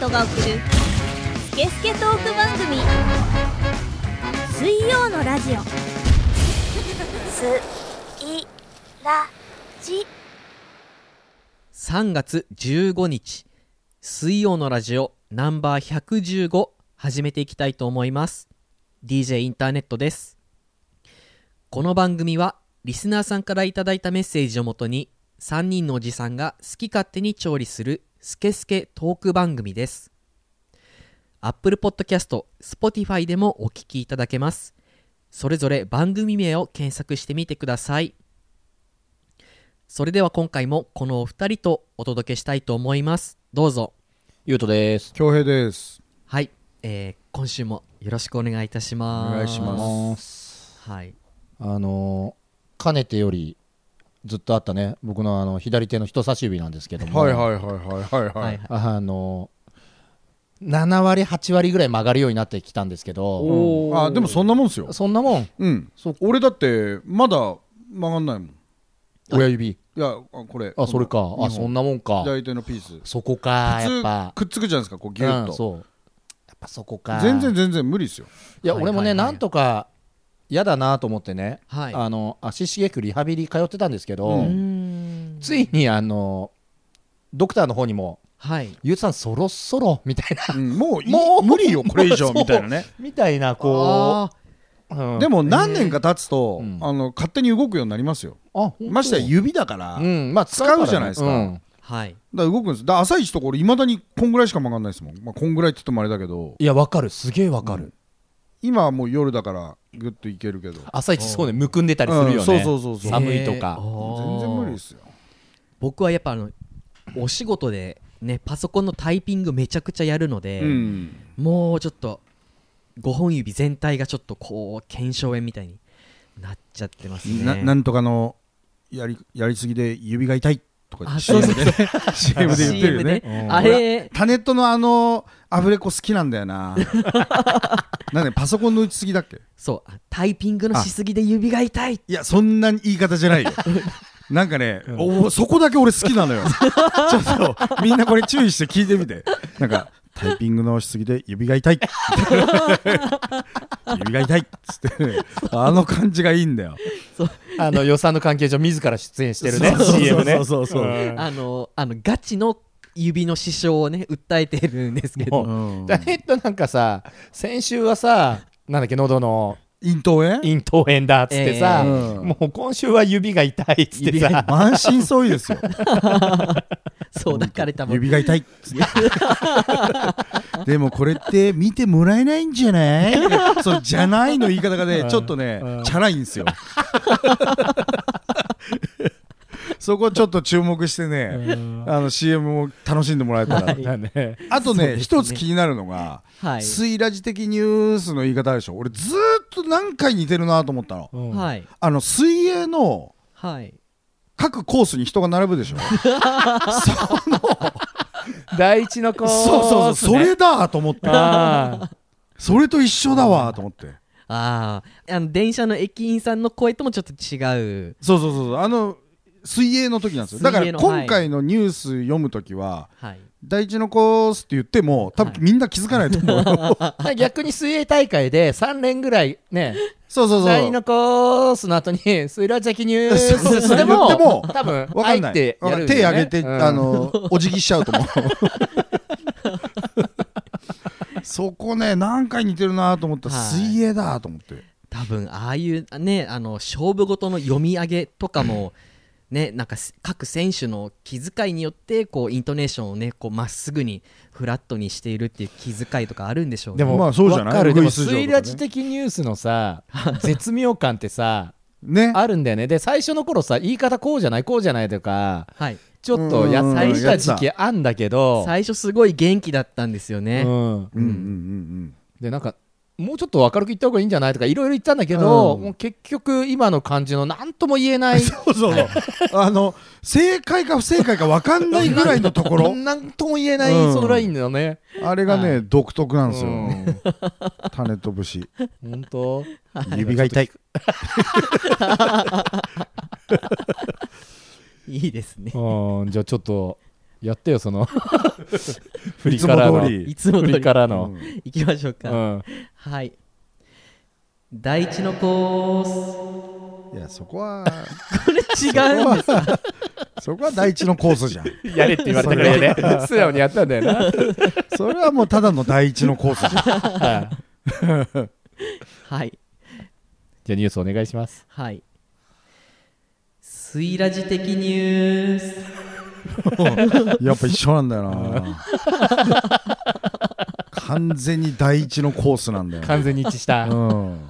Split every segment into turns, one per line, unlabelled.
トが送るスケスケトーク番組水曜のラジオ
すいらじ
3月15日水曜のラジオナンバー115始めていきたいと思います DJ インターネットですこの番組はリスナーさんからいただいたメッセージをもとに3人のおじさんが好き勝手に調理するスケスケトーク番組です Apple Podcast、Spotify でもお聞きいただけますそれぞれ番組名を検索してみてくださいそれでは今回もこのお二人とお届けしたいと思いますどうぞ
ゆうとです。。
恭平です。
はい、えー今週もよろしくお願いいたします
お願いします
はい
あのーかねてよりずっとあったね、僕のあの左手の人差し指なんですけども、
はいはいはいはいはい
は
はいい。
あのー7割、8割ぐらい曲がるようになってきたんですけど、
あでもそんなもんですよ。
そんなもん、
うん。俺だってまだ曲がんないもん。い
親指、
やあこれ。
あ、それか、あ、
日本
そんなもんか、
左手のピース。
そこか、やっぱ、
普通くっつくじゃないですかこうギュッ
うん
と。
そう、やっぱそこか、
全然、全然無 理ですよ。
いや、
はい
俺も
は
ね、
いはい
なんとか嫌だなと思ってね、
はい
あの足しげくリハビリ通ってたんですけ
う
ど、
うーん
ついにあのドクターの方にも、
はい
ゆうさんそろそろみたいな
うんもうい
もう
無理よこれ以 上
もうそう
みたいなね。
みたいな
あ
こう、うん
でも何年か経つと
うん
あの勝手に動くようになりますよ。
あ
ましてや
ゆ
指だから。だ
う
か
んまあ
使う
からね
じゃないですか
うん
ーはい
ら動くんです。だから朝一とこれいまだにこんぐらいしか曲がんないですもん。まあこんぐらいって言ってもあれだけど。
いやわかるすげえわかる、
うん今はもう夜だからグッといけるけど。
朝一そうねむくんでたりするよね、
うんそうそうそうそう。
寒いと
え
か
ー、あー
全然無理ですよ。
僕はやっぱあのお仕事でねパソコンのタイピングめちゃくちゃやるので、
うん。
もうちょっと5本指全体がちょっとこう腱鞘炎みたいになっちゃってますね
ななんとかのやりやりすぎで指が痛いとか
あそうそう
CM で CM で言ってるよ
CM
ね
で
うん
あれ
タネットのあのアフレコ好きなんだよな なんでパソコンの打ちすぎだっけ
そうあタイピングのしすぎで指が痛い
いやそんな言い方じゃ ないよなんかね、おそこだけ俺好きなのよ ちょっとみんなこれ注意して聞いてみてなんかタイピングのしすぎで指が痛い 指が痛いっつってあの感じがいいんだよ
あの予算の関係上自ら出演してるね CM ね
そうそうそうそう
うん
あのあのガチの指の支障をね訴えてるんですけど
もう
うん
ダイエットなんかさ先週はさなんだっけ喉の
咽頭炎
咽頭炎だっつってさ、
え
え
もう今週は指が痛いっつってさ
満身創痍ですよ
そう抱かれたもん
指が痛いっつってでもこれって見てもらえないんじゃないそうじゃないの言い方がねちょっとねチャラいんですよそこちょっと注目してねあの CM を楽しんでもらえたら
だね
あとね
ですね
一つ気になるのが
はい
スイラジ的ニュースの言い方あるでしょ俺ずーっと何回似てるなと思ったの
はい
あの水泳の
はい
各コースに人が並ぶでしょ
第一のコース、ね、
そうそうそうそれだと思って
あ
それと一緒だわと思って
あああの電車の駅員さんの声ともちょっと違う
そうそうそうそうあの水泳の時なんですよだか
水泳
ら
の
今回のニュース読む時は
はい
第一のコースって言っても多
はい
分みんな気づかないと思うよ
ー逆に水泳大会で3連ぐらいね
そうそう
第
そ
二
う
のコースの後に水ラジャキニュー
そうそ
ス
うそう
それも
言っても
多分
わかん
入
ない
ってやるんだ
手
よ
挙
ね、
げて、
うん
あのお辞儀しちゃうと思うそこね何回似てるなと思った、
はい
水泳だと思って
多分ああいうねあの勝負事の読み上げとかもねなんかす各選手の気遣いによってこうイントネーションをねこうまっすぐにフラットにしているっていう気遣いとかあるんでしょうね
でも、
まあそうじゃない
わかるでも
ウグイス嬢とかね
水ラジ的ニュースのさ絶妙感って さ
ね
あるんだよねで最初の頃さ言い方こうじゃないこうじゃないとか
はい
ちょっとや
うんうんうん
さした時期あんだけど、
最初すごい元気だったんですよね、
うん、
うんうんうん
でなんかもうちょっと明るく言った方がいいんじゃないとかいろいろ言ったんだけど、
うん
もう結局今の感じの何とも言えない
うん そうそうそうあの正解か不正解か分かんないぐらいのと ころ
何とも言えない
うん
そのラインだよね、
あれがね、
は
独特な
うん
ですよ、種飛ぶし
ん本当
指が痛い
いいですね
うんじゃあちょっとやってよそ の振り
いつ
から
も
の振
通り
いつも通
り
り
から
う
の
ん
行きましょう
う
か、
ん
はい第一のコース
いやそこは
これ違うんですか
そこは第一のコースじゃん
やれって言われたからやれ素直にやったん だよな
それはもうただの第一のコースじゃん
はい
はい
じゃあニュースお願いします
はいスイラジ的ニュース
やっぱ一緒なんだよな完全に第一のコースなんだよ
完全に一致した
うん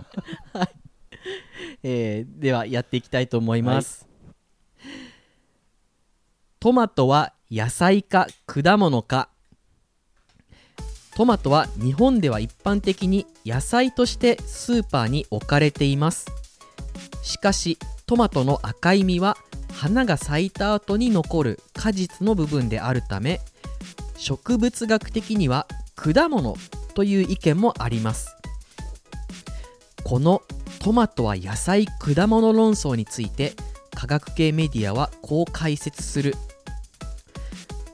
えーではやっていきたいと思います、トマトは野菜か果物かトマトは日本では一般的に野菜としてスーパーに置かれていますしかしトマトの赤い実は花が咲いた後に残る果実の部分であるため植物学的には果物という意見もありますこのトマトは野菜果物論争について科学系メディアはこう解説する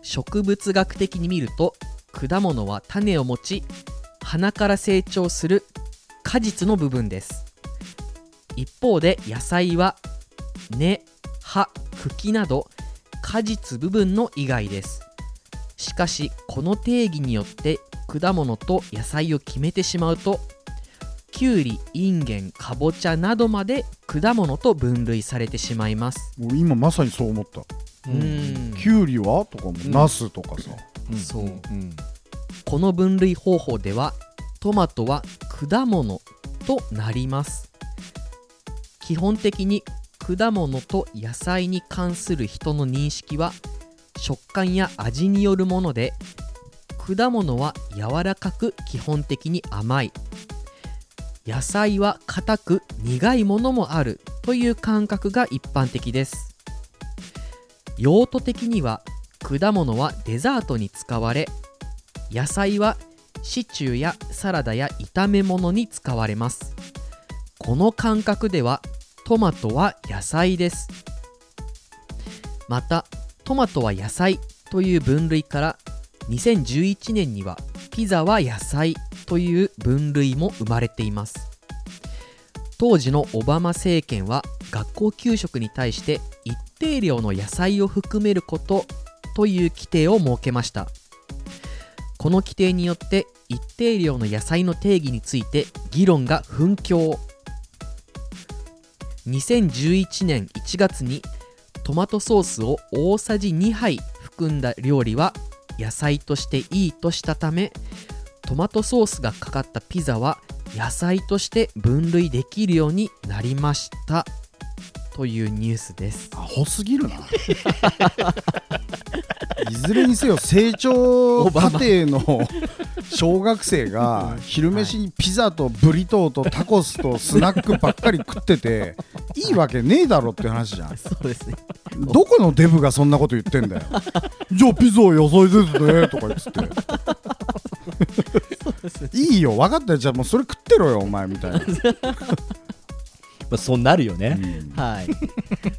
植物学的に見ると果物は種を持ち花から成長する果実の部分です一方で野菜は根葉茎など果実部分の以外ですしかしこの定義によって果物と野菜を決めてしまうときゅうりインゲンかぼちゃなどまで果物と分類されてしまいます
俺今まさにそう思った
うん
キュウリはとかもナスとかさ
うん
そうんこの分類方法ではトマトは果物となります基本的に果物と野菜に関する人の認識は食感や味によるもので果物は柔らかく基本的に甘い野菜は硬く苦いものもあるという感覚が一般的です用途的には果物はデザートに使われ野菜はシチューやサラダや炒め物に使われますこの感覚ではトマトは野菜ですまたトマトは野菜という分類から2011年にはピザは野菜という分類も生まれています当時のオバマ政権は学校給食に対して一定量の野菜を含めることという規定を設けましたこの規定によって一定量の野菜の定義について議論が紛糾2011年1月にトマトソースを大さじ2杯含んだ料理は野菜としていいとしたためトマトソースがかかったピザは野菜として分類できるようになりましたというニュースです
アホすぎるな いずれにせよ成長過程の小学生が昼飯にピザとブリトーとタコスとスナックばっかり食ってていいわけねえだろって話じゃん
そうですね
どこのデブがそんなこと言ってんだよじゃあピザは野菜ですねとか言ってていいよ分かったよじゃあもうそれ食ってろよお前みたいな、
まあそうなるよね
はい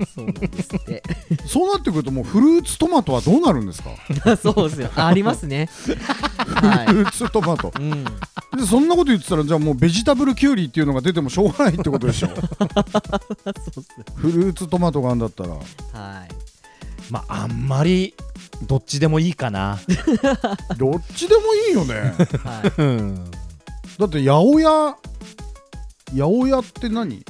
そうなんですって
そうなってくるともうフルーツトマトはどうなるんですか
そうですよありますねは
フルー ツトマト
い、うん
でそんなこと言ってたらじゃあもうベジタブルキュウリっていうのが出てもしょうがないってことでしょフルーツトマトがあんだったら
はい
まああんまりどっちでもいいかな
どっちでもいいよね
はい、
うん
だって八百屋八百屋って何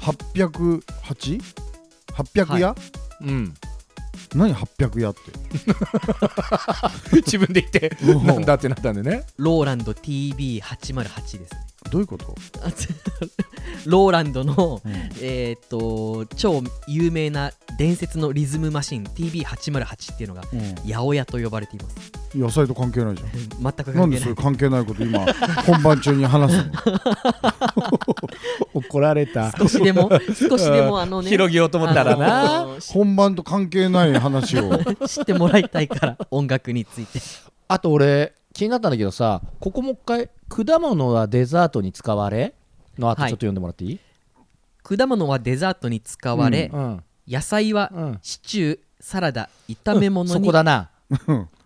808?800 屋、
うん
何800屋って
自分で言って
うん
なんだってなったんでね
ローランド TB808 ですね
どういうこと
あつローランドの、
うん
えーっと超有名な伝説のリズムマシン TB808 っていうのが八百屋と呼ばれています
野菜と関係ないじゃん
全く関係な
ないんでそれ関係ないこと今本番中に話すの
怒られた
少しでも少しでもあのね
広げようと思ったら
あ
な
のし
本番と関係ない話を
知ってもらいたいから音楽について
あと俺気になったんだけどさここもう一回「果物はデザートに使われ」の後ちょ
は
っ
い
と読んでもらっていい、
果物はデザートに使われ、
うん
野菜は
うん
シチューサラダ炒め物
そ
に、
こだな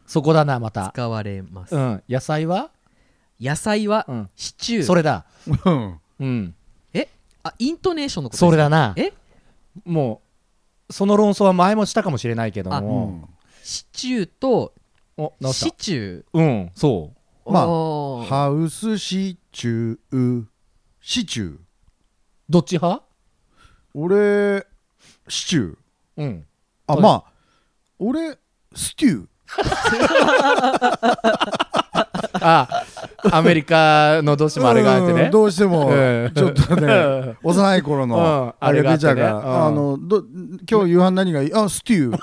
そこだなまた、
使われます、
うん、野菜は、
野菜は、
うん、
シチュー
それだ
うん
うん
えあイントネーションのことです
それだな
え
もうその論争は前もしたかもしれないけど
う
も、
ん
シチューと
お直し
シ
た
チュー
うんそう
まあ
おー
ハウスシチューシチュー
どっち派
俺シチュー
うん
あ
はい
まあ俺ステュー
あアメリカのどうしてもあれがあって
う
ね
んどうし ても
うん
ちょっと
う
ね
ん
幼い頃
うん
のあ
あれ
れ
が
が
あ
出
っ
ちゃ
て
う
ね
からあ
うん
のど今日夕飯何がいいあステュー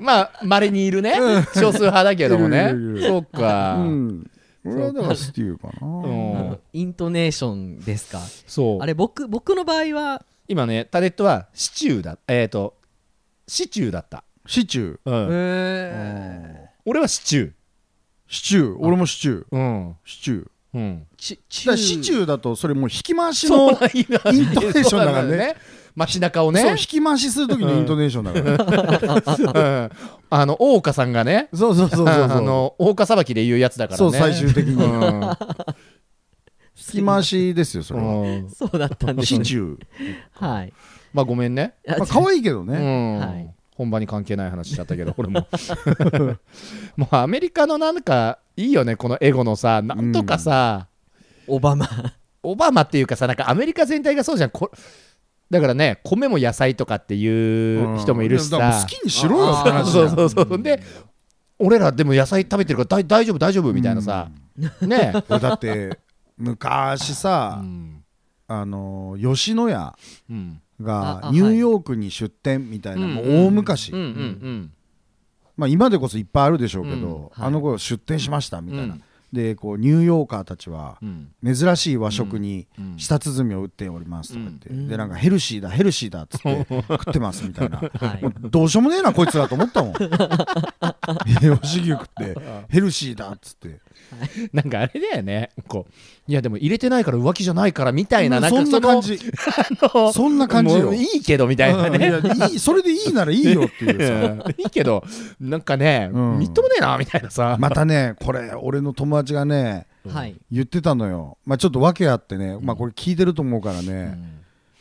まあまれにいるね少数派だけども ね
いるいるい る
そうか、
うん俺はだからステューか
う
なん
イントネーションですか
そう
あれ僕僕の場合は
今ねタレットはシチューだえっ、とシチューだった、
シチュー
うん
え
俺はシチュー
シチュー俺もシチュー
うん
シチュー
うん
シ
だ
チ
か
ュ
ら
ー
シチューだとそれもう引き回しのイント
いいな
ネーションだからね
街中を
そう
ね
引き回しする時のイントネーションだから、
うんあの大岡さんがね
そうそうそうそうそう
あの大岡さばきで言うやつだからね
そう最終的に
うん
引き回しですよそれは、
うん
そうだったんです
シ
ね
チュー、
はい
まあごめんね、
まあ可愛いけど
う
ね、
ん
はい
本場に関係ない話しちゃったけ ど俺ももうアメリカのなんかいいよねこのエゴのさなんとかさ、
オバマ
オバマっていうかさなんかアメリカ全体がそうじゃんこだからね米も野菜とかっていう人もいるし
だからもう
さ
好、きにしろよって
あー
話
そうそうそうで俺らでも野菜食べてるから大大丈夫大丈夫みたいなさ、ね
俺だって昔さ、あの吉野家
うん
が
ああ
ニューヨークに出店みたいな、
うん
もう大昔、
うんうん
まあ、今でこそいっぱいあるでしょうけど、
うん
あの頃出店しましたみたいな、
うん
でこうニューヨーカーたちは
うんうん
珍しい和食に
うん
舌鼓を打っておりますとか言って、
うん
でなんかヘルシーだヘルシーだっつって食ってますみたい な、
はい
もうどうしようもねえなこいつらと思ったもん吉牛食ってヘルシーだっつって
なんかあれだよねこういやでも入れてないから浮気じゃないからみたいななんか
そんな感じ
の
そんな感じ
も
よ
ういいけどみたいな
うんい
ね、
やいいそれでいいならいいよっ ていうさ
うんいいけどなんかね、
うん
みっともねえなみたいなさ、
またねこれ俺の友達がね
はい
言ってたのよ、まあ、ちょっと訳あってね、まあ、これ聞いてると思うからね、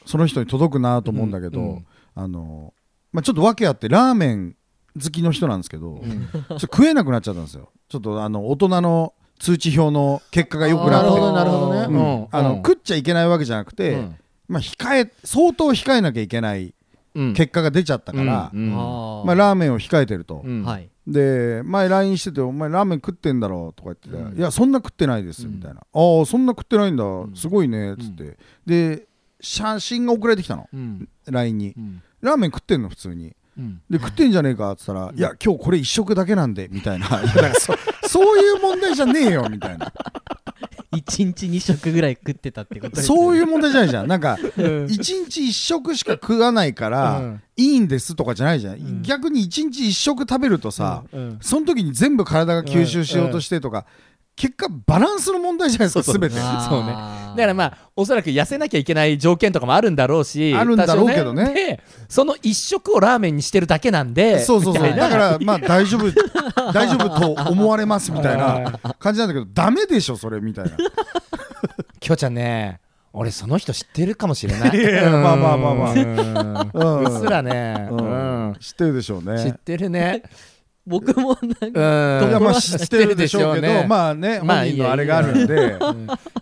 その人に届くなと思うんだけど、
うんうん
あのまあ、ちょっと訳あってラーメン好きの人なんですけど、ちょっと食えなくなっちゃったんですよちょっとあの大人の通知表の結果が良く
な
な
る
っ
ほ
て
どなるほどね、
うん
うん
あの
うん
食っちゃいけないわけじゃなくて、
うん
まあ、控え相当控えなきゃいけない
うん
結果が出ちゃったから、
うんうん
あー
まあ、ラーメンを控えてると、
うん
はい
で前 LINE してて「お前ラーメン食ってんだろ」とか言ってて、いやそんな食ってないです」みたいな「ああそんな食ってないんだすごいね」っつって、で写真が送られてきたの
うん
LINE に、
ん
ラーメン食ってんの普通に」
うん
で食ってんじゃねえかっつったら「いや今日これ一食だけなんで」みたいないやだからそそういう問題じゃねえよみたいな
1日2食ぐらい食ってたってことですね
そういう問題じゃないじゃんなんか一日一食しか食わないから、
うん
いいんですとかじゃないじゃん、逆に一日一食食べるとさ、
うん
その時に全部体が吸収しようとしてとか、結果バランスの問題じゃないですか
そうそう
全て
わー
そうねだからまあおそらく痩せなきゃいけない条件とかもあるんだろうし
あるんだろうけどね
多少でその一食をラーメンにしてるだけなんで
そうそうそう
みたいな
だからまあ大丈夫大丈夫と思われますみたいな感じなんだけどダメでしょそれみたいな
きょうちゃんね俺その人知ってるかもしれ ない
やまあまあまあま あ
あうっすらね、
う
うんん
知ってるでしょう
知っ
ね
てるね
僕もなん
う
か
いや
ん
まあ知ってるでしょうけ
知ってるでしょう
ど
ね
まあね
ま
本
あ
人のあれがあるんで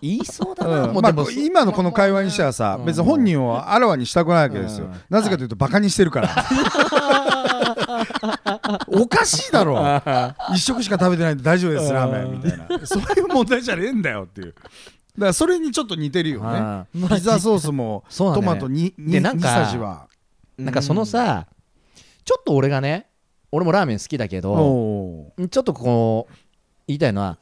言いそうだな、
う
も
ん
う
ま
で
あ
も、
こ今のこの会話にしてはさ、別に本人をあらわにしたくないわけですよ、
うん
なぜかというとバカにしてるから おかし いだろ一食しか食べてないんで大丈夫ですラーメンみたいなそういう問題じゃねえんだよっていうだからそれにちょっと似てるよね
う
ピザソースも
そうなん
ト
だよ
マ
ね
トにに
で
2
なんか
さじは
なんかそのさちょっと俺がね俺もラーメン好きだけど
お
ちょっとこう言いたいのは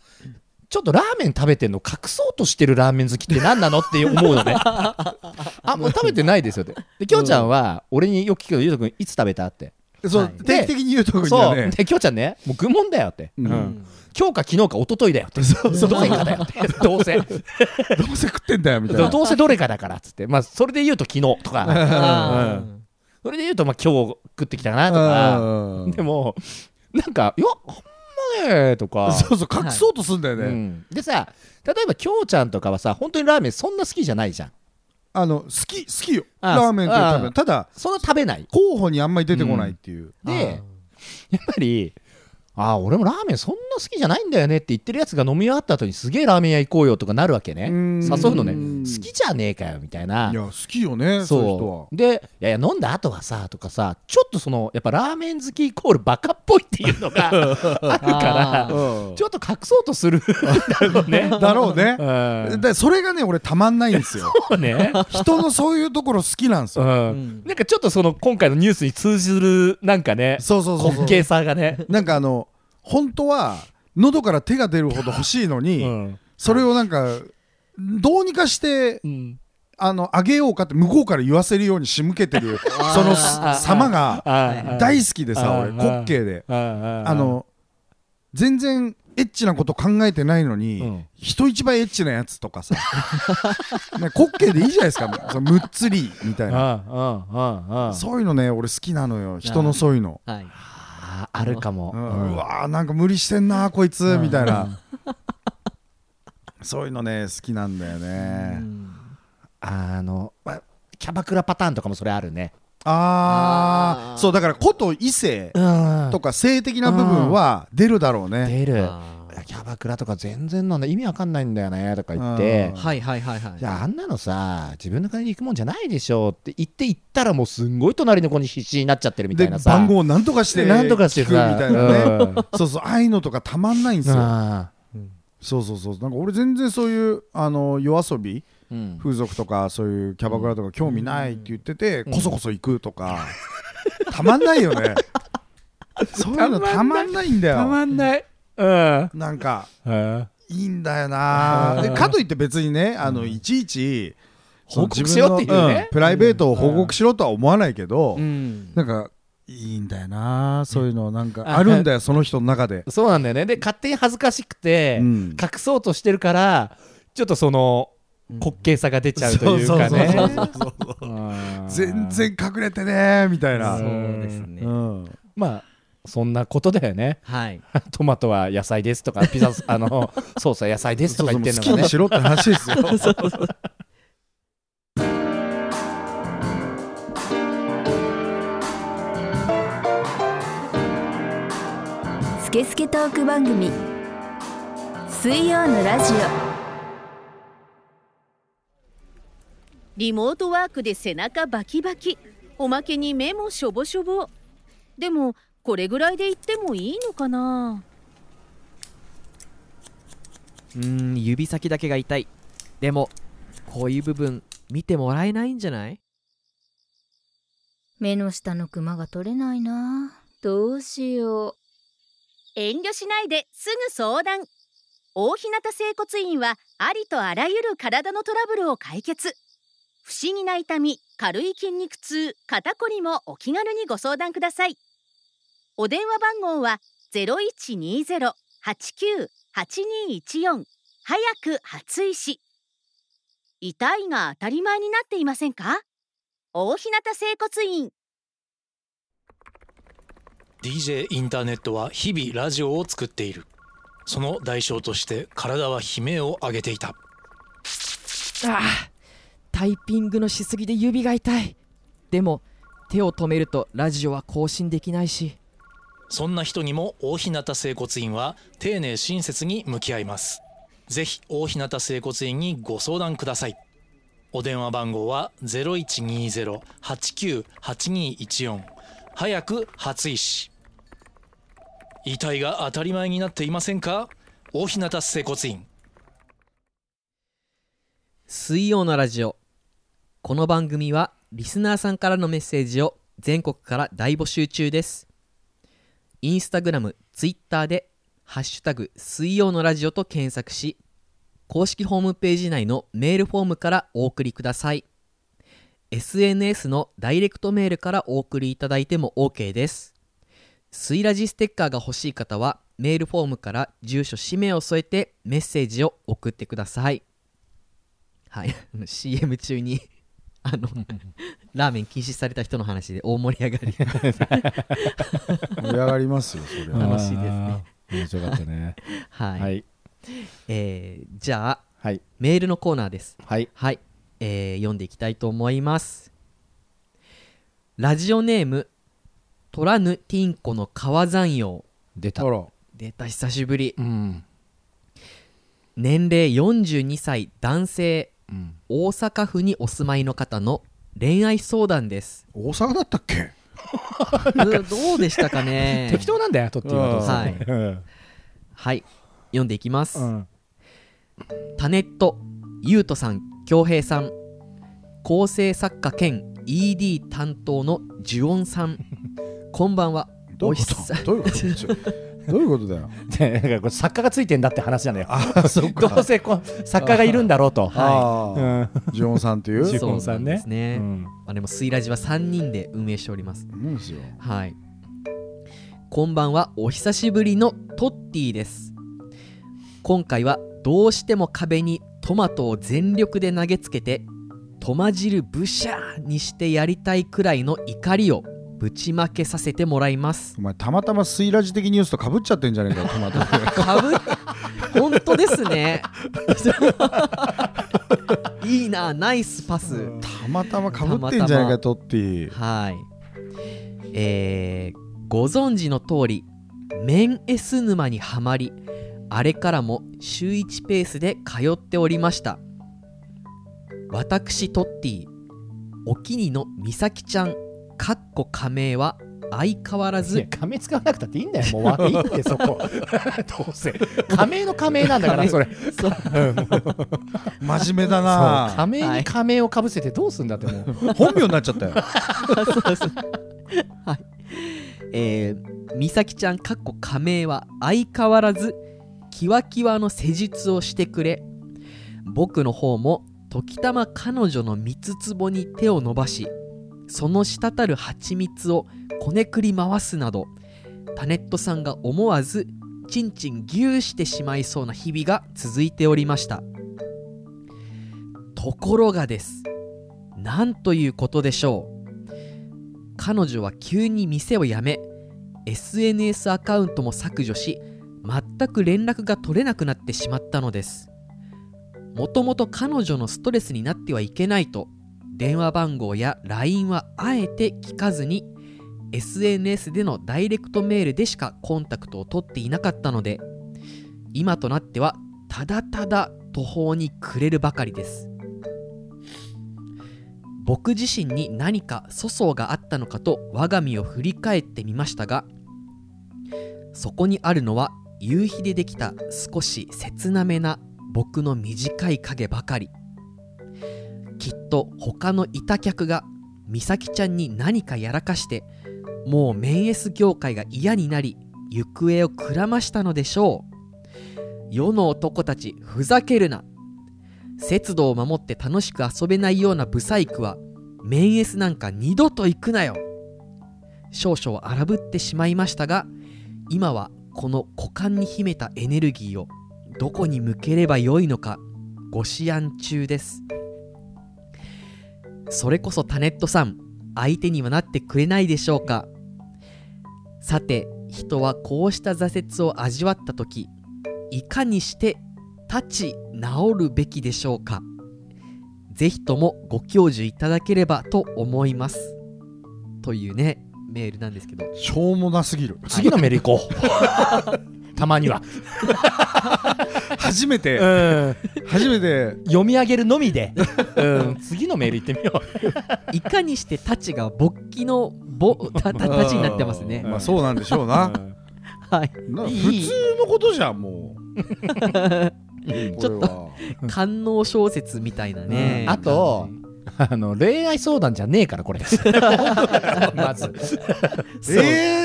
ちょっとラーメン食べてんの隠そうとしてるラーメン好きって何なのって思う のねあもう食べてないですよってできょうちゃんは俺によく聞くけどゆうとくんいつ食べたって
ーそう、
はい
定期的に言うとこに
そ
は
う
ね
できょうちゃんねもう愚問だよって、
うん
今日か昨日か一昨日だよってどれかだよってどう せ
どうせ食ってんだよみたいな
どうせどれかだからっつってまあそれで言うと昨日とか
あー
それで言うと、まあ、今日食ってきたなとか、
うん
でも、なんか、いや、あんまねとか。
そうそう隠そうとすんだよ
う
ね、
んでさ、例えば、きょうちゃんとかはさ、本当にラーメンそんな好きじゃないじゃん。
あの好き好きよ
あ
ラーメンって食べ
あ
ただ
そんな食べない。
候補にあんまり出てこないっていう、
で、やっぱり、ああ、俺もラーメンそんな好きじゃないんだよねって言ってるやつが飲み終わった後にすげえラーメン屋行こうよとかなるわけね。
う
誘
ん。
うのね。好きじゃねえかよみたいない
や好きよねそういう人は
そうでいやいや飲んだ後はさとかさちょっとそのやっぱラーメン好きイコールバカっぽいっていうのが あるから
あ
ちょっと隠そうとするだろうね。
だろうね
う。ん
でそれがね俺たまんないんで すよ。
そうね、
人のそういうところ好きなんです
う
よ。
ん、なんかちょっとその今回のニュースに通じるなんかね
そうそうそうそ
滑
う。
稽さがね、
なんかあの本当は喉から手が出るほど欲しいの
う
に、
ん
それをなんかどうにかして
うん、
あのあげようかって向こうから言わせるように仕向けてるそのす様が大
好
好きでさ俺
あー
滑稽で
きあ
あの全然エッチなこと考えてないのに、
うん
人一倍エッチなやつとかさ ね滑稽でいいじゃないですかもうそのむっつりみたいな
あ
そういうのね俺好きなのよ人のそういうの、
はい
ああるかも、
う
うん
んうわーなんか無理してんなこいつみたいなそういうのね好きなんだよね
あの、まキャバクラパターンとかもそれあるね
あ
あ
あ
ー
そうだから子と異性
うん
とか性的な部分は出るだろうね
出る
あ
キャバクラとか全然なんだ意味わかんないんだよねとか言って
ーはいはいはいはい
いやあんなのさ自分の金で行くもんじゃないでしょって言って行ったらもうすんごい隣の子に必死になっちゃってるみた
で
いなさ
番号をなんとかして
なんとかして
聞くみ
さ
たいなね
うん
そうそうああいうのとかたまんないんですよ
あ
そうそうそうなんか俺全然そういうあの夜遊び
ーうん
風俗とかそういうキャバクラとか興味ないって言ってて、こそこそ行くとか、たまんないよ ねそういうのたまんないんだ
た
よ
まんないうん
なんか
うん
いいんだよなでかといって別にねあのいちいちその
報告しろっていうね
自分のんプライベートを報告しろとは思わないけど、
うん
なんかいいんだよなそういうのなんかあるんだよその人の中で、
そうなんだよねで勝手に恥ずかしくて、
うん
隠そうとしてるからちょっとその滑稽さが出ちゃうというかね
そうそうそうそう
うん
全然隠れてねみたいな
そうですね、
うん
まあそんなことだよね
はい
トマトは野菜ですとかピ ザあのソースは野菜ですとか言ってんの
そうそう
がね
好きにしろって話ですよ
スケスケトーク番組水曜のラジオ
リモートワークで背中バキバキおまけに目もしょぼしょぼでもこれぐらいで言ってもいいのかな
うーん指先だけが痛いでもこういう部分見てもらえないんじゃない
目の下のクマが取れないなどうしよう
遠慮しないですぐ相談大日向整骨院はありとあらゆる体のトラブルを解決不思議な痛み軽い筋肉痛肩こりもお気軽にご相談くださいお電話番号は0120-89-8214早く初医師痛いが当たり前になっていませんか大日向整骨院
DJ インターネットは日々ラジオを作っているその代償として体は悲鳴を上げていた
ああタイピングのしすぎで指が痛いでも手を止めるとラジオは更新できないし
そんな人にも大日向整骨院は丁寧親切に向き合いますぜひ大日向整骨院にご相談くださいお電話番号は0120-89-8214早く初医師遺体が当たり前になっていませんか大日向整骨院
水曜のラジオこの番組はリスナーさんからのメッセージを全国から大募集中ですインスタグラムツイッターで「ハッシュタグ水曜のラジオ」と検索し公式ホームページ内のメールフォームからお送りください SNS のダイレクトメールからお送りいただいても OK です水ラジステッカーが欲しい方はメールフォームから住所氏名を添えてメッセージを送ってくださいはい、あの CM 中にあのラーメン禁止された人の話で大盛り上 がり
盛り上がりますよそれは
楽しいですね
面白かったね
はい、
はい
えーじゃあ
はい
メールのコーナーです
はい
はい、えー読んでいきたいと思いますラジオネームトラヌティンコの川山陽
出た
あら
出た久しぶり
うん
年齢42歳男性
うん
大阪府にお住まいの方の恋愛相談 です
大阪だったっけ
うどうでしたかね
適当なんだよとっていうこと
はい
うん
はい読んでいきます、
うん
タネットゆうとさん恭平さん構成作家兼 ED 担当のジュオンさんこんばんは
どういうこ
お久
とどういうこと ちょどういうことだよ
で なんかこれ作家がついてんだって話なんだよどうせこう作家がいるんだろうと
あ
う
あ
ん
ジオンさんってい
ジ
う
ュオン
そうな
さんね
んですね、
うん
まあ、でもスイラジは3人で運営しております
うんですよ
はいこんばんはお久しぶりのトッティです今回はどうしても壁にトマトを全力で投げつけてトマ汁ブシャーにしてやりたいくらいの怒りをぶちまけさせてもらいます
お前たまたまスイラジ的ニュースとかぶっちゃってんじゃねえかよトマト
かぶ本当ですねいいなナイスパス、
たまたまかぶってんじゃねえかよトッティ
はい。えーご存知の通り、麺 S 沼にはまり、あれからも週1ペースで通っておりました。私トッティ、お気に入りの美咲ちゃん、かっこ仮名は相変わら
いや
ず、
仮名使わなくたっていいんだよも うわいいってそこどうせ仮名の仮名なんだからそれ
そう
真面目だ
そう
な
仮名に仮名をかぶせてどうすんだってもう
本名になっちゃったよ
えー、美咲ちゃんかっこ仮名は相変わらずキワキワの施術をしてくれ僕の方も時たま彼女の三つ壺に手を伸ばしその滴る蜂蜜をこねくり回すなどタネットさんが思わずチンチンギューしてしまいそうな日々が続いておりましたところがですなんということでしょう彼女は急に店を辞め SNS アカウントも削除し全く連絡が取れなくなってしまったのですもともと彼女のストレスになってはいけないと電話番号や LINE はあえて聞かずに SNS でのダイレクトメールでしかコンタクトを取っていなかったので今となってはただただ途方に暮れるばかりです僕自身に何か粗相があったのかと我が身を振り返ってみましたがそこにあるのは夕日でできた少し切なめな僕の短い影ばかりきっと他のいた客が美咲ちゃんに何かやらかしてもうメンエス業界が嫌になり行方をくらましたのでしょう世の男たちふざけるな節度を守って楽しく遊べないようなブサイクはメンエスなんか二度と行くなよ少々荒ぶってしまいましたが今はこの股間に秘めたエネルギーをどこに向ければよいのかご思案中ですそれこそタネットさん相手にはなってくれないでしょうかさて人はこうした挫折を味わった時いかにして立ち直るべきでしょうかぜひともご教授いただければと思いますというねメールなんですけど
しょうもなすぎる
次のメール 行こうたまには、
初めて
うん、
初めて
読み上げるの みで、うん、次のメール行ってみよ
いかにして太刀が勃起の ぼたた太刀になってますね
うんまあそうなんでしょうな
はい
な普
いい
通のことじゃんもう
ちょっ
と
官能小説みたいなね、
うんあとうあの恋愛相談じゃねえから これまず、
え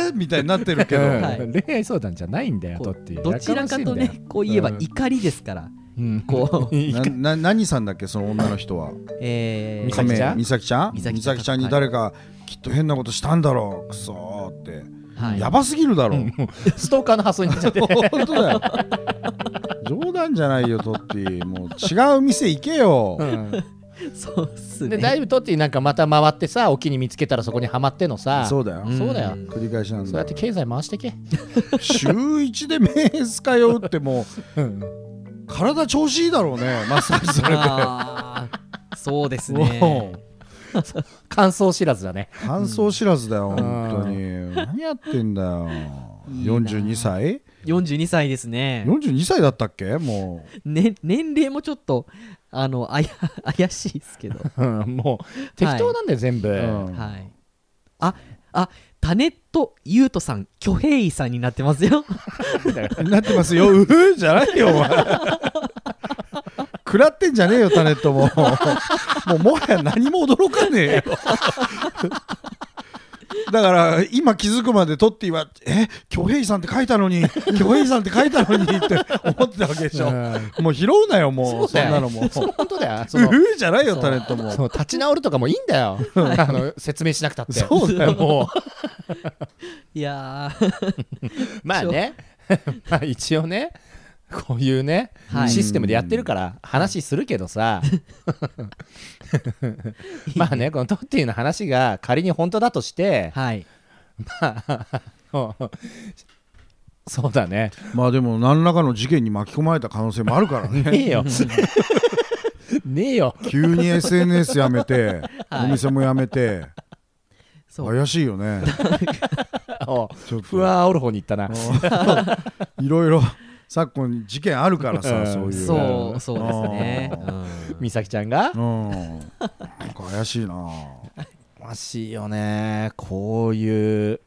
ーみたいになってるけど
うん
はい
恋愛相談じゃないんだよ
こう
とっていう
どちらかと
やましいんだよ
ねこう言えば
うん
怒りですから、
うん
こ う
なな何さんだっけその女の人は
え
美
ー、
咲ちゃん
美咲ちゃん
美
美
咲
咲
ち
ち
ゃ
ゃ
ん
んに誰かきっと変なことしたんだろうクソーって、
はい
やばすぎるだろう
ストーカーの発想になっちゃって
本当だよ冗談じゃないよトッティもう違う店行けよ、
うん
そうっす
で
ね。
だいぶトッティなんかまた回ってさ沖に見つけたらそこにはまってのさ
そうだよ
んそうだよ
繰り返しなん
そうやっ
だ
て経済回してけ
週1でメンス通うってもう体調子いいだろうねマッサージされて
あーそうです
も
ね。
う
感想知らずだね
乾燥知らずだよ本当に何やってんだよ
いいな
42歳
42歳ですね。
42歳だったっけも
ね、年齢もちょっと、あの、あや、 怪しいですけど。
うんもう適当なんだよ全部、
ううん
はい。あ、あ、タネット・ユートさん、巨兵イさんになってます よ。
なってますようふじゃないよお前食らってんじゃねえよタネットももうもはや何も驚かねえよだから今気づくまでトッティは「え巨兵さんって書いたのに巨兵さんって書いたのに」って思ってたわけでしょ、もう拾うなよもうそ
だ
ん
よ
なのもう
そう本当だよその
ふじゃないよタネットも
そう立ち直るとかもいいんだよあの説明しなくたって
そうだよ
も う
いやー、
まあね まあ一応ねこういうね、
はい
システムでやってるから話するけどさまあねこのトッティの話が仮に本当だとして
はい。
そうだね
まあでも何らかの事件に巻き込まれた可能性もあるか ら
ねえ
ね
よねえよ
急に SNS やめてお店もやめて
そう。
怪しいよね
お
ちょっと
不安煽る方に行ったな
うんいろいろ昨今事件あるから
う
さ
ん
そういう
そう、そうですね。
あ
うん
美咲ちゃんが
うんなんか怪しいな
おかしいよねこういう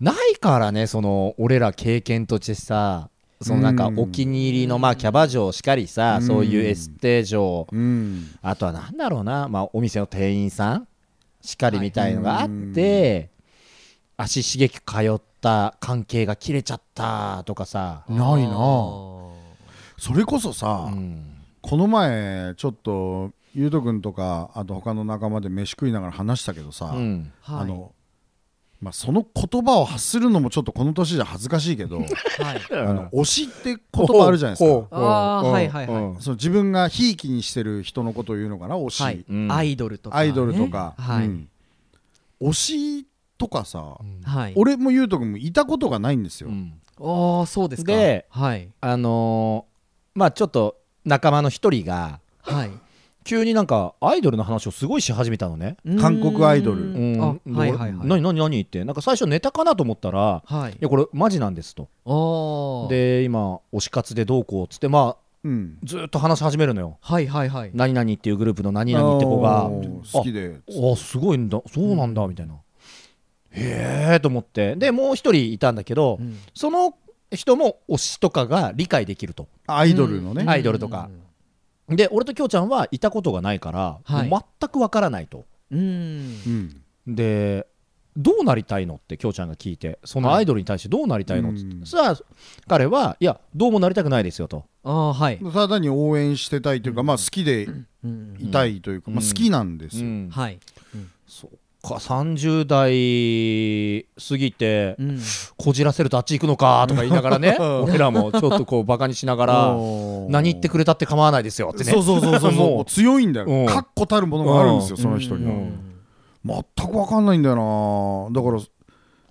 ないからねその俺ら経験としてさそのなんか
うん
お気に入りのまあキャバ嬢しかりさ
うん
そういうエステ嬢
うん
あとはなんだろうなまあお店の店員さんしかりみたいのがあって足しげく通った関係が切れちゃったとかさ
ない
あ
な
ー
それこそさ
うん
この前ちょっとゆうとくんとかあと他の仲間で飯食いながら話したけどさ
うん
あ
はい。
のまあその言葉を発するのもちょっとこの年じゃ恥ずかしいけど
はい。
あの推しって言葉あるじゃないですか
ああー、はいはいはい。
うん
その自分がひいきにしてる人のことを言うのかな推し、
はい、
うん
アイドルとか、
アイドルとか、
ねはい、
うん推しとかさ、
はい、
俺もゆうとくんもいたことがないんですよ、
うん
ああそうですか
で
はい
あのーまあちょっと仲間の一人が
はい
急になんかアイドルの話をすごいし始めたのね。
韓国アイドル
う
う
ーん
ん
あ
で
はい
俺
はいはい
何何何ってなんか最初ネタかなと思ったら「
はい
いやこれマジなんです」と。
ああ
で今推し活でどうこうっつってまあ
うん、
ずーっと話し始めるのよ。
はいはいはい
何々っていうグループの何々って子が
あー好きで
あすごいんだそうなんだみたいな、へえと思ってでもう一人いたんだけど、
ん
その人も推しとかが理解できると
アイドルのね、
アイドルとか、で俺ときょうちゃんはいたことがないから、
はい
もう全くわからないと
うー
うんん
でどうなりたいのってきょうちゃんが聞いてそのアイドルに対してどうなりたいのっ
うん
て言ってさあ彼はいやどうもなりたくないですよと
ああはい、
ただ単に応援してたいというか、まあ、好きで
うん、
いたいというか、
うん
まあ、好きなんですよ、
うん
はい、
そっか30代過ぎて
うん、
こじらせるとあっち行くのかとか言いながらね俺らもちょっとこうバカにしながら
おー
何言ってくれたって構わないですよってね
そうそうそうそう も
も
う強いんだ
う
よ
ん
確固たるものがあるんですよ
う
その人には
うん
全く分かんないんだよなだから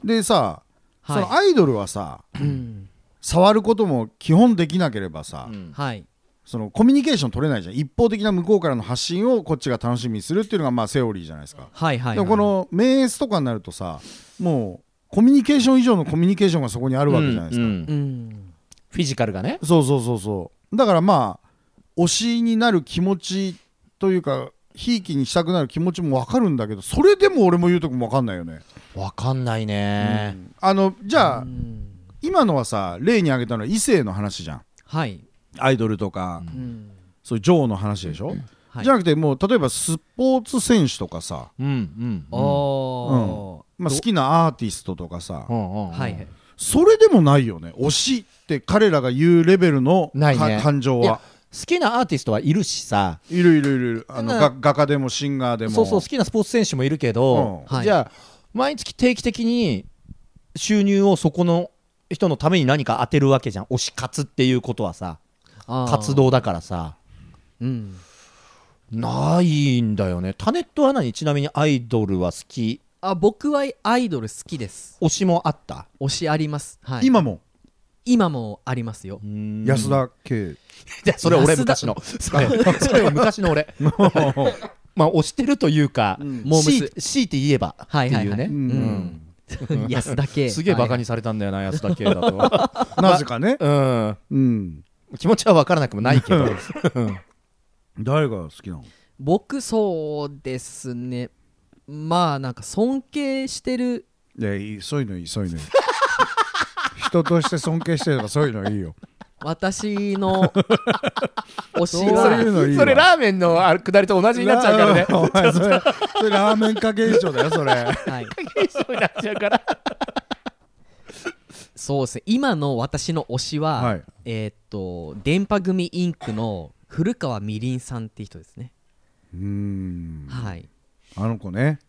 でさ、その
は
アイドルはさ
い、うん、
触ることも基本できなければさ、
うん
はい
そのコミュニケーション取れないじゃん一方的な向こうからの発信をこっちが楽しみにするっていうのがまあセオリーじゃないですか、
はいはい
でもこのメースとかになるとさもうコミュニケーション以上のコミュニケーションがそこにあるわけじゃないですか、
うんう
うんん
フィジカルがね
そうそうそうそうだからまあ推しになる気持ちというかひいきにしたくなる気持ちも分かるんだけどそれでも俺も言うとこも分かんないよね、
わかんないね
あのじゃあ、
うん
今のはさ例に挙げたのは異性の話じゃん
はい
アイドルとか、
うん
そういうジョーの話でしょ、
はい
じゃなくてもう例えばスポーツ選手とかさ、
うんうん
ああ、
まあ、好きなアーティストとかさ
うんうんうん
はい
それでもないよね推しって彼らが言うレベルの
ないね
か感情
いや
は
好きなアーティストはいるしさ
いるいるいるあの
な
が画家でもシンガーでも
そうそう好きなスポーツ選手もいるけど、
うんはい
じゃあ毎月定期的に収入をそこの人のために何か当てるわけじゃん推し活っていうことはさ
あー
活動だからさ
うん
ないんだよねタネットは何ちなみにアイドルは好き
あ僕はアイドル好きです
推しもあった
推しあります、はい、
今も
今もありますよ
安田圭
じゃあそれ俺昔のそれ それ昔の俺まあ推してるというか、
モームス
強い強いて言えばって
はいいはいうはい
ね、
うん
うん安だけ
すげえバカにされたんだよな安田圭だ と、
なぜかね、
うん、
うん、
気持ちは分からなくもないけど
誰が好きなの
僕そうですねまあなんか尊敬してる
いやいいそういうのいいそ ういうのいい人として尊敬してるとかそういうのい いよ
私の推し
そういう
は
のいいわ
それラーメンのあくだりと同じになっちゃうからね
お前それそれラーメン化現象だよそれ
はい、
一緒になっちゃうから
そうですね今の私の推しは、
はい
えーっと電波組インクの古川みりんさんって人ですね
うーん
はい
あの子ね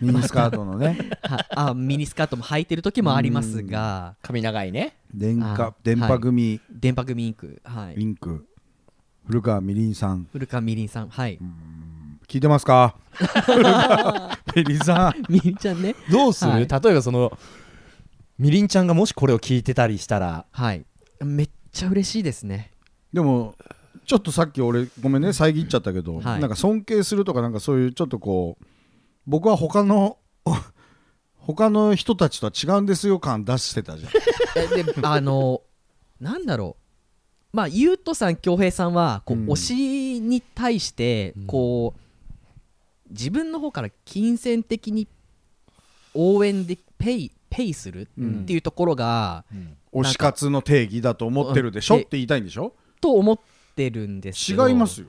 ミニスカートのね
はあミニスカートも履いてる時もありますが
髪長いね
電波
あ
電波組、
電波組インクはい
リンク古川みりんさん
古川みりんさんはい
聞いてますか 古川みりんさん
みりんちゃんね
どうする、
はい
例えばそのみりんちゃんがもしこれを聞いてたりしたら
はいめっちゃ嬉しいですね
でもちょっとさっき俺ごめんね遮っちゃったけど、
はい
なんか尊敬するとかなんかそういうちょっとこう僕は他の他の人たちとは違うんですよ感出してたじゃん
えであのなんだろうまあ優斗さん恭平さんはこう、
うん
推しに対してこう、自分の方から金銭的に応援でペイペイするっていうところが、
推し活の定義だと思ってるでしょって言いたいんでしょ
と思ってるんですけど
違いますよ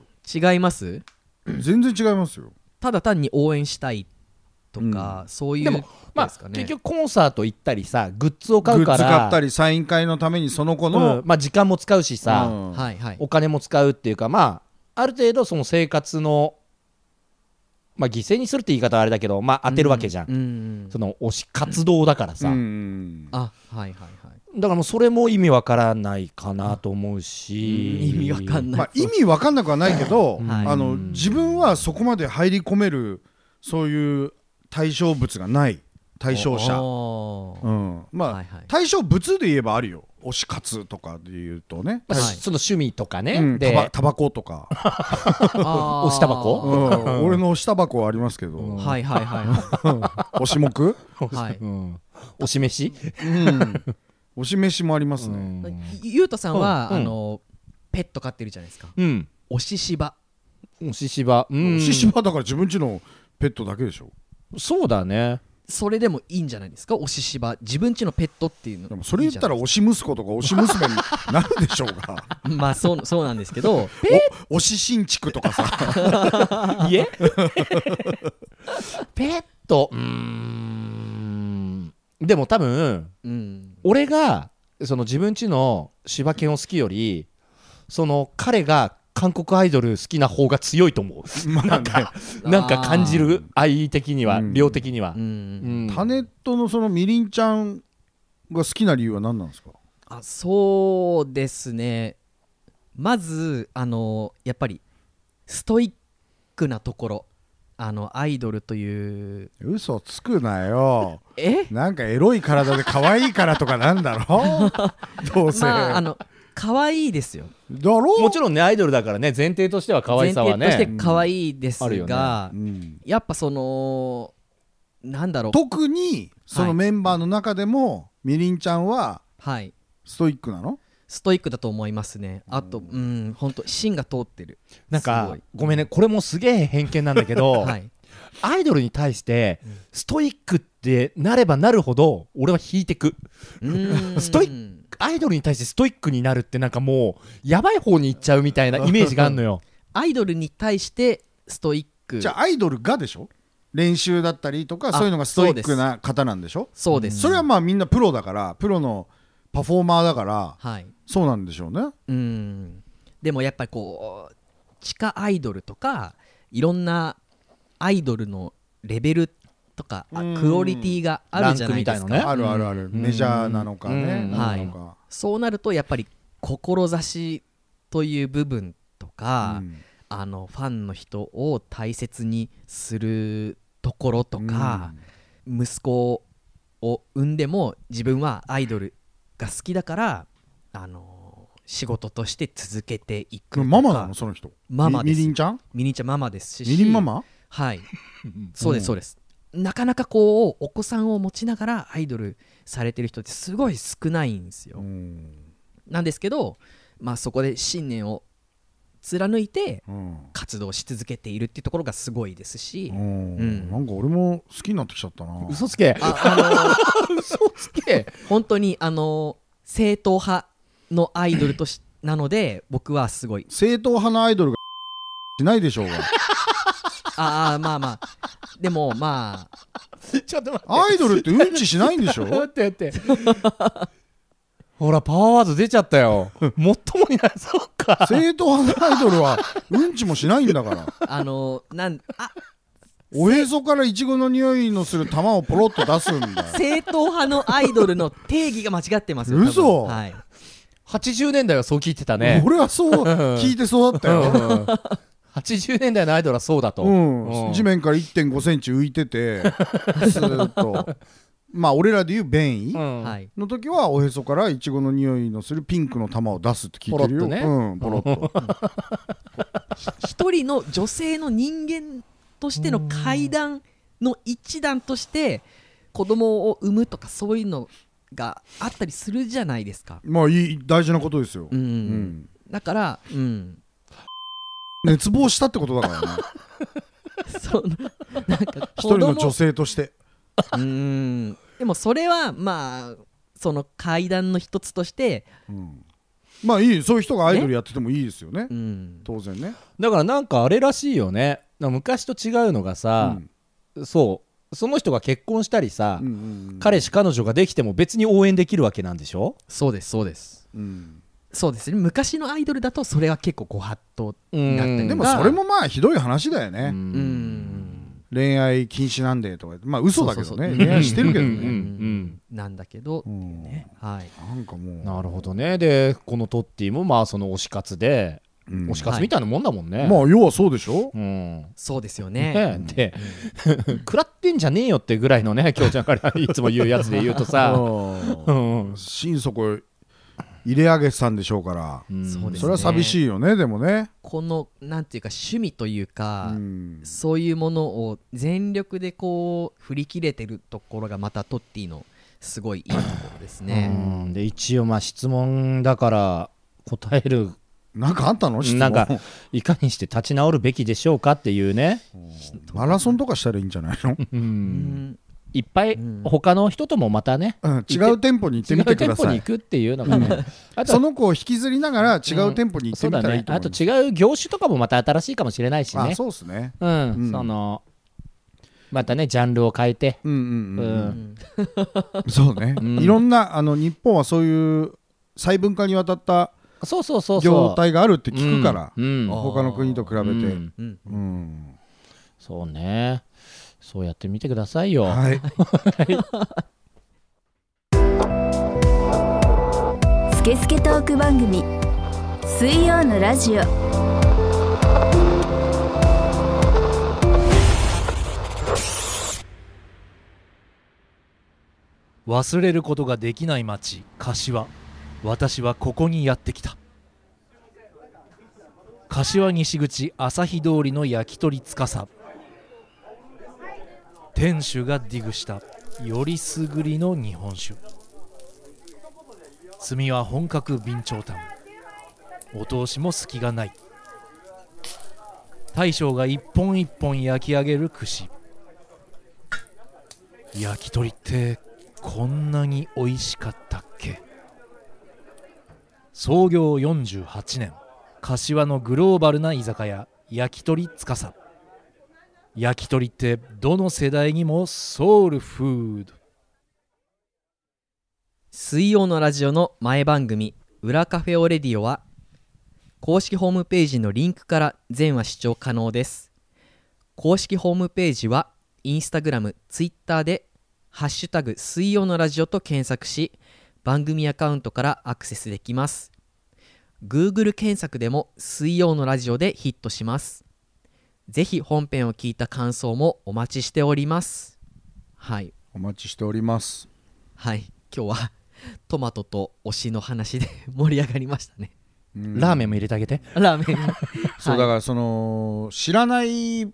違います
全然違いますよ
ただ単に応援したいとか、そういう
でもま
ですか
あ、
ね
結局コンサート行ったりさグッズを買
グ
う
ッ
から
ズ買ったりサイン会のためにその子の、
うんまあ、時間も使うしさ、
うん
はいはい
お金も使うっていうかまあある程度その生活の、まあ、犠牲にするって言い方はあれだけど、まあ、当てるわけじゃん、
うんうん
その推し活動だからさ、
うん
あはいはいはい
だからもうそれも意味わからないかなと思うし
意味わかんない、
まあ、意味わかんなくはないけど、
はい
あの自分はそこまで入り込めるそういう対象物がない対象者、
おー
うん、まあ、
はいはい
対象物で言えばあるよ推し活とかで言うとね、
まあ
はい
その趣味とかね、
うん
で
タバタバコ とか、
あー
押しタバコ
うん、俺の推しタバコはありますけ ど、
はいはいは
推し目、
いはい。
うん、お示し、
うん、推し飯もあります
う
ね、
ん
ゆうとさんは、
うん
あのペット飼ってるじゃないですか。
うん、
おししば。
おししば、うん、
推ししばだから自分ちのペットだけでしょ
そうだね
それでもいいんじゃないですか。おししば。自分家のペットっていうの。
でもそれ言ったら推し息子とか推し娘になるでしょうが
まあそうそうなんですけど。
お推し新築とかさ
家 ペットうーんでも多分
うん。
俺がその自分ちの柴犬を好きよりその彼が韓国アイドル好きな方が強いと思うなんかなんか感じる愛的には
うん
量的には
う、。
うんん
タネットのそのみりんちゃんが好きな理由は何なんですか
あそうですね。まずあのやっぱりストイックなところ。あのアイドルという
嘘つくなよ
え
なんかエロい体で可愛いからとかなんだろどうせ、
まああの可愛いですよ
だろ
もちろんねアイドルだからね前提としては可愛さは
前提と
ね
して可愛いです
あるよ
が、
うん
やっぱそのなんだろう
特にそ
は
の
い
メンバーの中でも、みりんちゃんは
はい
ストイックなの
ストイックだと思いますねあとうん本当芯が通ってる
なん
すご
か
い
ごめんねこれもすげえ偏見なんだけど、
はい
アイドルに対してストイックってなればなるほど俺は引いてくストイ
ック
アイドルに対してストイックになるってなんかもうやばい方に行っちゃうみたいなイメージがある のよ
アイドルに対してストイック
じゃあアイドルがでしょ練習だったりとかそういうのがストイックな方なんでしょ
そうです
それはまあみんなプロだからプロのパフォーマーだから
はい
そうなんでしょうね
うんでもやっぱりこう地下アイドルとかいろんなアイドルのレベルとかあ
うん
クオリティがあるじゃないです
ランクみたいのね
か
あるあるある、
ん
メジャーなのかね、
うん
なんなのか、
そうなるとやっぱり志という部分とか
うん
あのファンの人を大切にするところとか、息子を産んでも自分はアイドルが好きだからあの仕事として続けていくとか
ママなのその人
ママで
みみ
す
りんちゃん
みりんちゃんママですし
みりんママ
はいそうですそうですなかなかこうお子さんを持ちながらアイドルされてる人ってすごい少ないんですよ、
うん
なんですけど、まあ、そこで信念を貫いて
うん
活動し続けているっていうところがすごいですし、
うんなんか俺も好きになってきちゃったな
嘘つけ
ああ
嘘つけ
の本当にあの正統派のアイドルとしなので僕はすごい
正統派のアイドルが しないでしょうが
ああまあまあでもまあ
ちょっと待
アイドルってうんちしないんでしょ
って 待って待ってほらパワーワード出ちゃったよもっともになそうか
正統派のアイドルはうんちもしないんだから
あのなんあ
おへそからイチゴの匂いのする玉をポロッと出すんだよ
正統派のアイドルの定義が間違ってますよ多分
嘘
はい、
80年代はそう聞いてたね
俺はそう聞いてそうだったよ、
うんうん80年代のアイドルはそうだと、
うん
うん
地面から1 5センチ浮いててずーっとまあ俺らでいう便意
うん
はい、
の時はおへそからイチゴの匂いのするピンクの玉を出すって聞いてるよ
ポロッとね
うん、ポロッと
一人の女性の人間としての階段の一段として子供を産むとかそういうのがあったりするじゃないですか。
まあいい大事なことですよ、
うん
うん
だから、うん、
熱望したってことだからね
そのなん か
一
子
人の
供
女性として
うんでもそれはまあその階段の一つとして、
うんまあいいそういう人がアイドルやっててもいいですよね
うん、
当然ね、
だからなんかあれらしいよねなんか昔と違うのがさ、そうその人が結婚したりさ、彼
氏、
氏彼女ができても別に応援できるわけなんでしょ、
そうですそうです
うん
そうですね昔のアイドルだとそれは結構ご法度
うん
だったり
でもそれもまあひどい話だよね、
うん
うん
恋愛禁止なんでとか言ってまあ嘘だけ
そ
ど
うそうそ
ね
う
恋愛してるけど
うんうん
ね
なんだけど、
うん
はい、
なんかもう
なるほどねでこのトッティもまあその推し活で、
うん
推し活みたいなもんだもんね、
まあ要はそうでしょ
うん
そうですよね。
ねで食らってんじゃねえよってぐらいの ね京ちゃんからいつも言うやつで言うとさ
う
うんん
心底入れ上げてたんでしょうから
うん
そうですね
それは寂しいよねでもね
このなんていうか趣味というか、
うん
そういうものを全力でこう振り切れてるところがまたトッティのすごいいいところです
う
ね。
んで一応まあ質問だから答える
なんかあったの質問
なんかいかにして立ち直るべきでしょうかっていうね、
マラソンとかしたらいいんじゃないの
う、
うんん
いっぱい
うん
他の人ともまたね、
うん違う店舗に行って
違
み
う
てく
店
だ
舗
さ
に
い
行くっていうのがね、あと
その子を引きずりながら違う店舗に行っ
そ
て
う
み
だ
たらい
ね
いと
あ
思
と
います
違う業種とかもまた新しいかもしれないし
あ
ね
そうですね
うん、
うん
そのまたねジャンルを変えて、
うん
う
うん
ん
うんそうね
うん
いろんなあの日本はそういう細分化にわたった
そうそうそうそう
業態があるって聞くから
うんうん
あ
他の国と比べて
うん
うん
うん
そうねそうやってみてくださいよ、
はい
スケスケトーク番組水曜のラジオ
忘れることができない町柏私はここにやってきた柏西口朝日通りの焼き鳥司店主がディグしたよりすぐりの日本酒炭は本格備長炭お通しも隙がない大将が一本一本焼き上げる串焼き鳥ってこんなに美味しかったっけ創業48年柏のグローバルな居酒屋焼き鳥つかさ焼き鳥ってどの世代にもソウルフード
水曜のラジオの前番組「裏カフェオレディオは」公式ホームページのリンクから全話視聴可能です公式ホームページはインスタグラムツイッターで「ハッシュタグ水曜のラジオ」と検索し番組アカウントからアクセスできます Google 検索でも水曜のラジオでヒットしますぜひ本編を聞いた感想もお待ちしておりますはい
お待ちしております
はい今日はトマトと推しの話で 盛り上がりましたね
ラーメンも入れてあげて
ラーメン
そうだからその知らない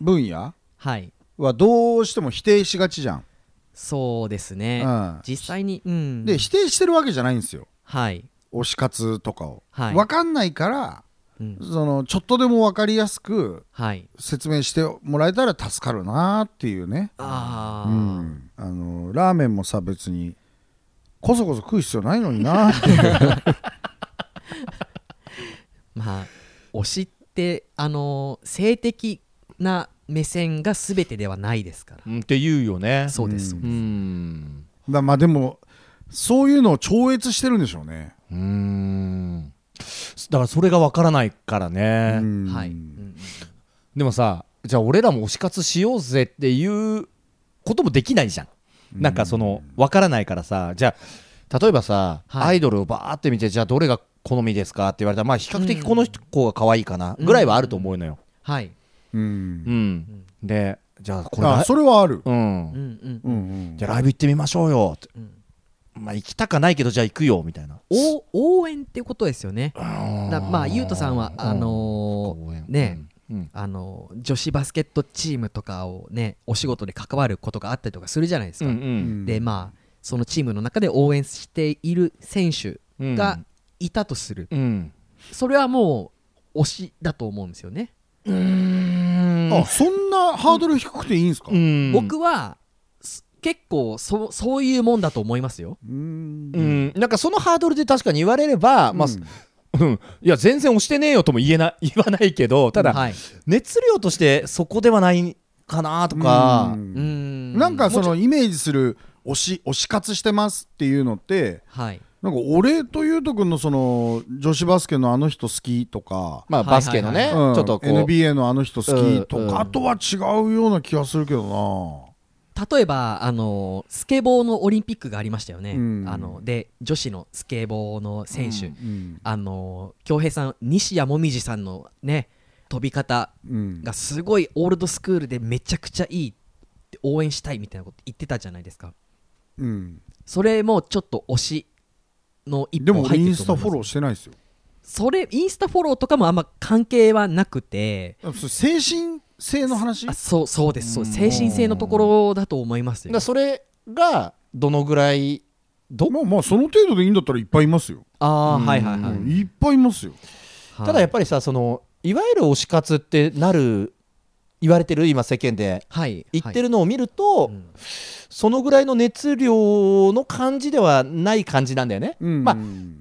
分野
はい
はどうしても否定しがちじゃん、
そうですね、
うん
実際にうん
で否定してるわけじゃないんですよ
はい、
推し活とかを、
はい
分かんないから
うん
そのちょっとでも分かりやすく
はい
説明してもらえたら助かるなっていうね
ああ、
うん、あのラーメンもさ別にこそこそ食う必要ないのになっていう
まあ推しってあの性的な目線が全てではないですから、
うんって言うよね
そうです、
うん
うん
だまあでもそういうのを超越してるんでしょうね、
うーんだからそれがわからないからね、
うん
はい、うん
でもさじゃあ俺らも推し活しようぜっていうこともできないじゃん、なんかそのわからないからさじゃあ例えばさ、
はい
アイドルをバーって見てじゃあどれが好みですかって言われたらまあ比較的この子が可愛いかなぐらいはあると思うのよ、
はい、
うん
うんでじゃあこれ
あ
ライ
それはある、
うん
うんうん
うんうん
じゃあライブ行ってみましょうよって、
うん
まあ行きたかないけどじゃあ行くよみたいな
お応援ってことですよねだまあゆうとさんはあのー
応援
ね、
うんうん
あのー女子バスケットチームとかをねお仕事で関わることがあったりとかするじゃないですか、
うん
でまあそのチームの中で応援している選手
うん
がいたとする、
うん
それはもう推しだと思うんですよね、
あそんなハードル低くていいんですか、
うん
僕はす結構そそういうもんだと思いますよ
うん
うん、なんかそのハードルで確かに言われれば、まあすうん、いや全然押してねえよとも言えな言わないけどただ、
はい、
熱量としてそこではないかなとか、
うん
うん
なんかそのイメージする推し推し活してますっていうのって
はい
なんか俺とゆうとくんのその女子バスケのあの人好きとか、
ま
はいはいはい
あ、バスケのね、
うん
ちょっとこう、
NBA のあの人好きとか、
うんうん
あとは違うような気がするけど
例えばあのスケボーのオリンピックがありましたよね、
うん
あので女子のスケボーの選手、
な、うん
あの恭平さん西矢椛さんのね飛び方
うん
がすごいオールドスクールでめちゃくちゃいいって応援したいみたいなこと言ってたじゃないですか
うん、
それもちょっと推しの一
で
歩
も
入ってると思います
俺インスタフォローしてないですよ
それインスタフォローとかもあんま関係はなくて
それ精神性の話
あそうそうですそうです精神性のところだと思います
だ
よ
からそれがどのぐらいど
まあまあその程度でいいんだったらいっぱいいますよ、
ああーはいはいはい、
うん
いっぱいいますよ
はい
ただやっぱりさそのいわゆる推し活ってなる言われてる今世間で
はい
言って
る、
るのを見ると、
はいうん
そのぐらいの熱量の感じではない感じなんだよね。
うん
まあ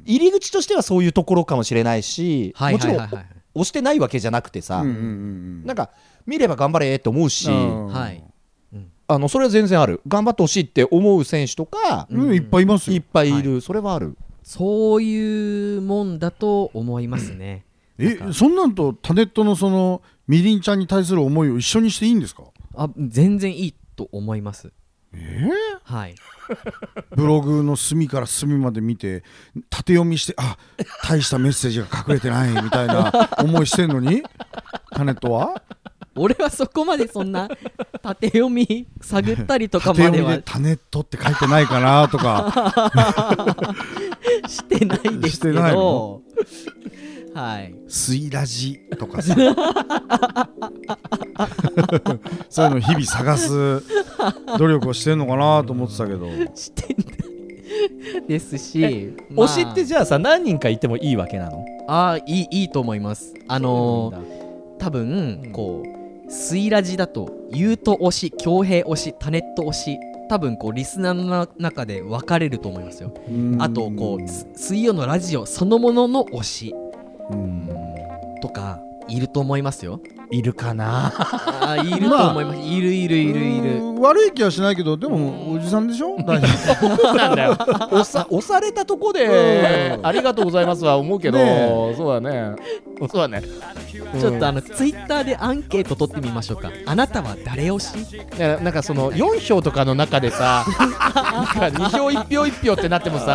入り口としてはそういうところかもしれないし、
はいはいはい
もち
は
ろん押してないわけじゃなくてさ、
うんうんうん
なんか見れば頑張れって思うし、
うん
いはい
あのそれは全然ある頑張ってほしいって思う選手とか、
うんいっぱいいます
いっ
よ
ぱいいる、それはある
そういうもんだと思いますね。
えそんなんとタネットのそのみりんちゃんに対する思いを一緒にしていいんですか
あ全然いいと思います。えはい。
ブログの隅から隅まで見て縦読みしてあ大したメッセージが隠れてないみたい な思いしてんのにタネットは
俺はそこまでそん な縦読み探ったりとか
縦
まで
読み
は
で「タネット」って書いてないかなとか
してないですけ
してない
ど
の。
はい。
「スイラジ」とか さそういうの日々探す努力をしてんのかなと思ってたけど
してないですし、まあ
推しってじゃあさ何人かいてもいいわけなの
あーいいいいと思います。あのー多分こうスイラジだと優斗推し、恭平推し、タネット推し、多分こうリスナーの中で分かれると思いますよ。あとこうす水曜のラジオそのものの推し
うん
とかいると思いますよ。
いるかな
あーいると思います、いるいるいるいる
うん悪い気はしないけどでもおじさんでしょ大丈
そうなん だよ押さ押されたとこで
うん
ありがとうございますは思うけど、
ね
そうだねそうだね
ちょっとあのツイッターでアンケート取ってみましょうかあなたは誰推し
いやなんかその4票とかの中でさなんか2票1票1票ってなってもさ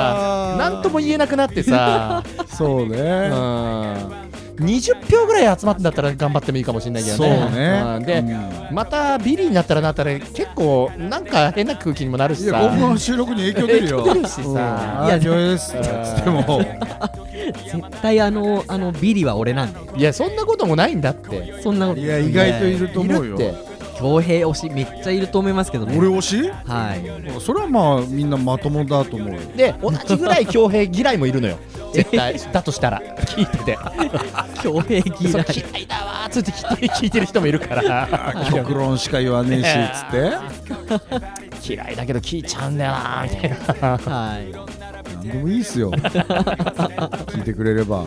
あー
なんとも言えなくなって さ
夫そう
う
ね
ん20票ぐらい集まってんだったら頑張ってもいいかもしれないけどね
そうね
んで、またビリになったらなったら結構なんか変な空気にもなるし
いや
さ
今後の収録に影響出るよ
出るし
う ん
さ
あー上手ですって言っても
絶対あのあのビリは俺なんだよ
いやそんなこともないんだって
そんなこと
いや意外といると思うよ
いるって
恭平推しめっちゃいると思いますけどね
俺推し
はい
それはまあみんなまともだと思うよ
で同じぐらい強兵嫌いもいるのよ絶対だとしたら聞いてて
恭平
そ
嫌
う
い
嫌いだわーっつって聞いて聞いてる人もいる から
極論しか言わねえし
ね
つって
嫌いだけど聞いちゃうんだよなーみたいな
は
何でもいいっすよ聞いてくれれば
い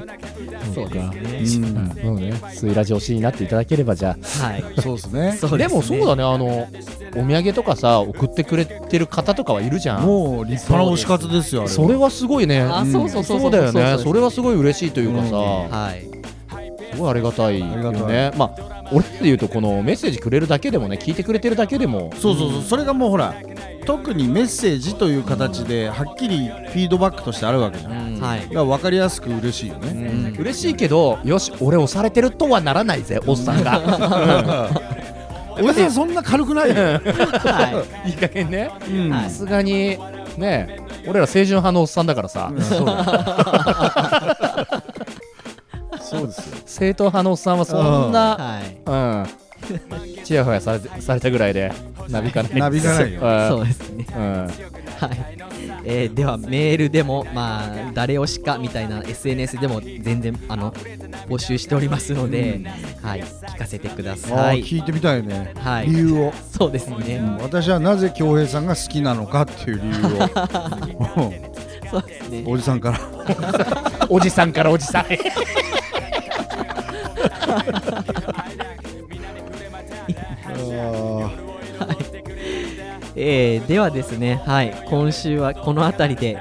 そうで
うん
そうねスイラジ推しになっていただければじゃ
すねはい
そうですね
そう
です
ね
もそうだねあのお土産とかさ送ってくれてる方とかはいるじゃん
もう立派な推し活ですよあれは
それはすごいね
あそうそうそう
そうだよ
そうそう
ね
そう
それはすごい嬉しいというかさ
はい
すごいありがたいよ
ありがた
ねまあ俺で言うとこのメッセージくれるだけでもね聞いてくれてるだけでも
そうそうそうそれがもうほら特にメッセージという形ではっきりフィードバックとしてあるわけじゃん、だ
はい
から分かりやすく嬉しいよね、
ん
嬉しいけどよし俺押されてるとはならないぜおっさんが
おじさんそんな軽くないよ、
いい加減ね
うん
さすがにね俺ら青春派のおっさんだからさ
うんそうだよそうですよ
正統派のおっさんはそんな
はい
うん、ちやほやされてされたぐらいで、なびかない。
なびか ないよ
そううですね
ん。うん
はい、えーではメールでもまあ誰推しかみたいな SNS でも全然あの募集しておりますので、はい聞かせてくだ
あー
さい
聞いてみたいね、
はい
理由を、
そうですね、
うん私はなぜ恭平さんが好きなのかっていう理由を
そうですね
おじさんから
おじさんからおじさんへ。
えーではですね、はい、今週はこの辺りで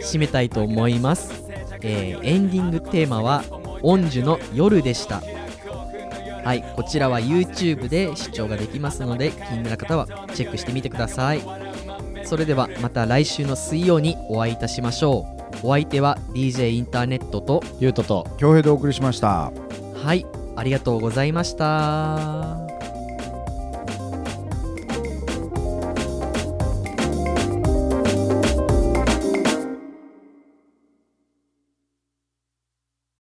締めたいと思います、えーエンディングテーマは「オンジュの夜」でしたはいこちらは YouTube で視聴ができますので気になる方はチェックしてみてくださいそれではまた来週の水曜にお会いいたしましょうお相手は DJ インターネットと
ゆうとと。
恭平でお送りしました
はいありがとうございました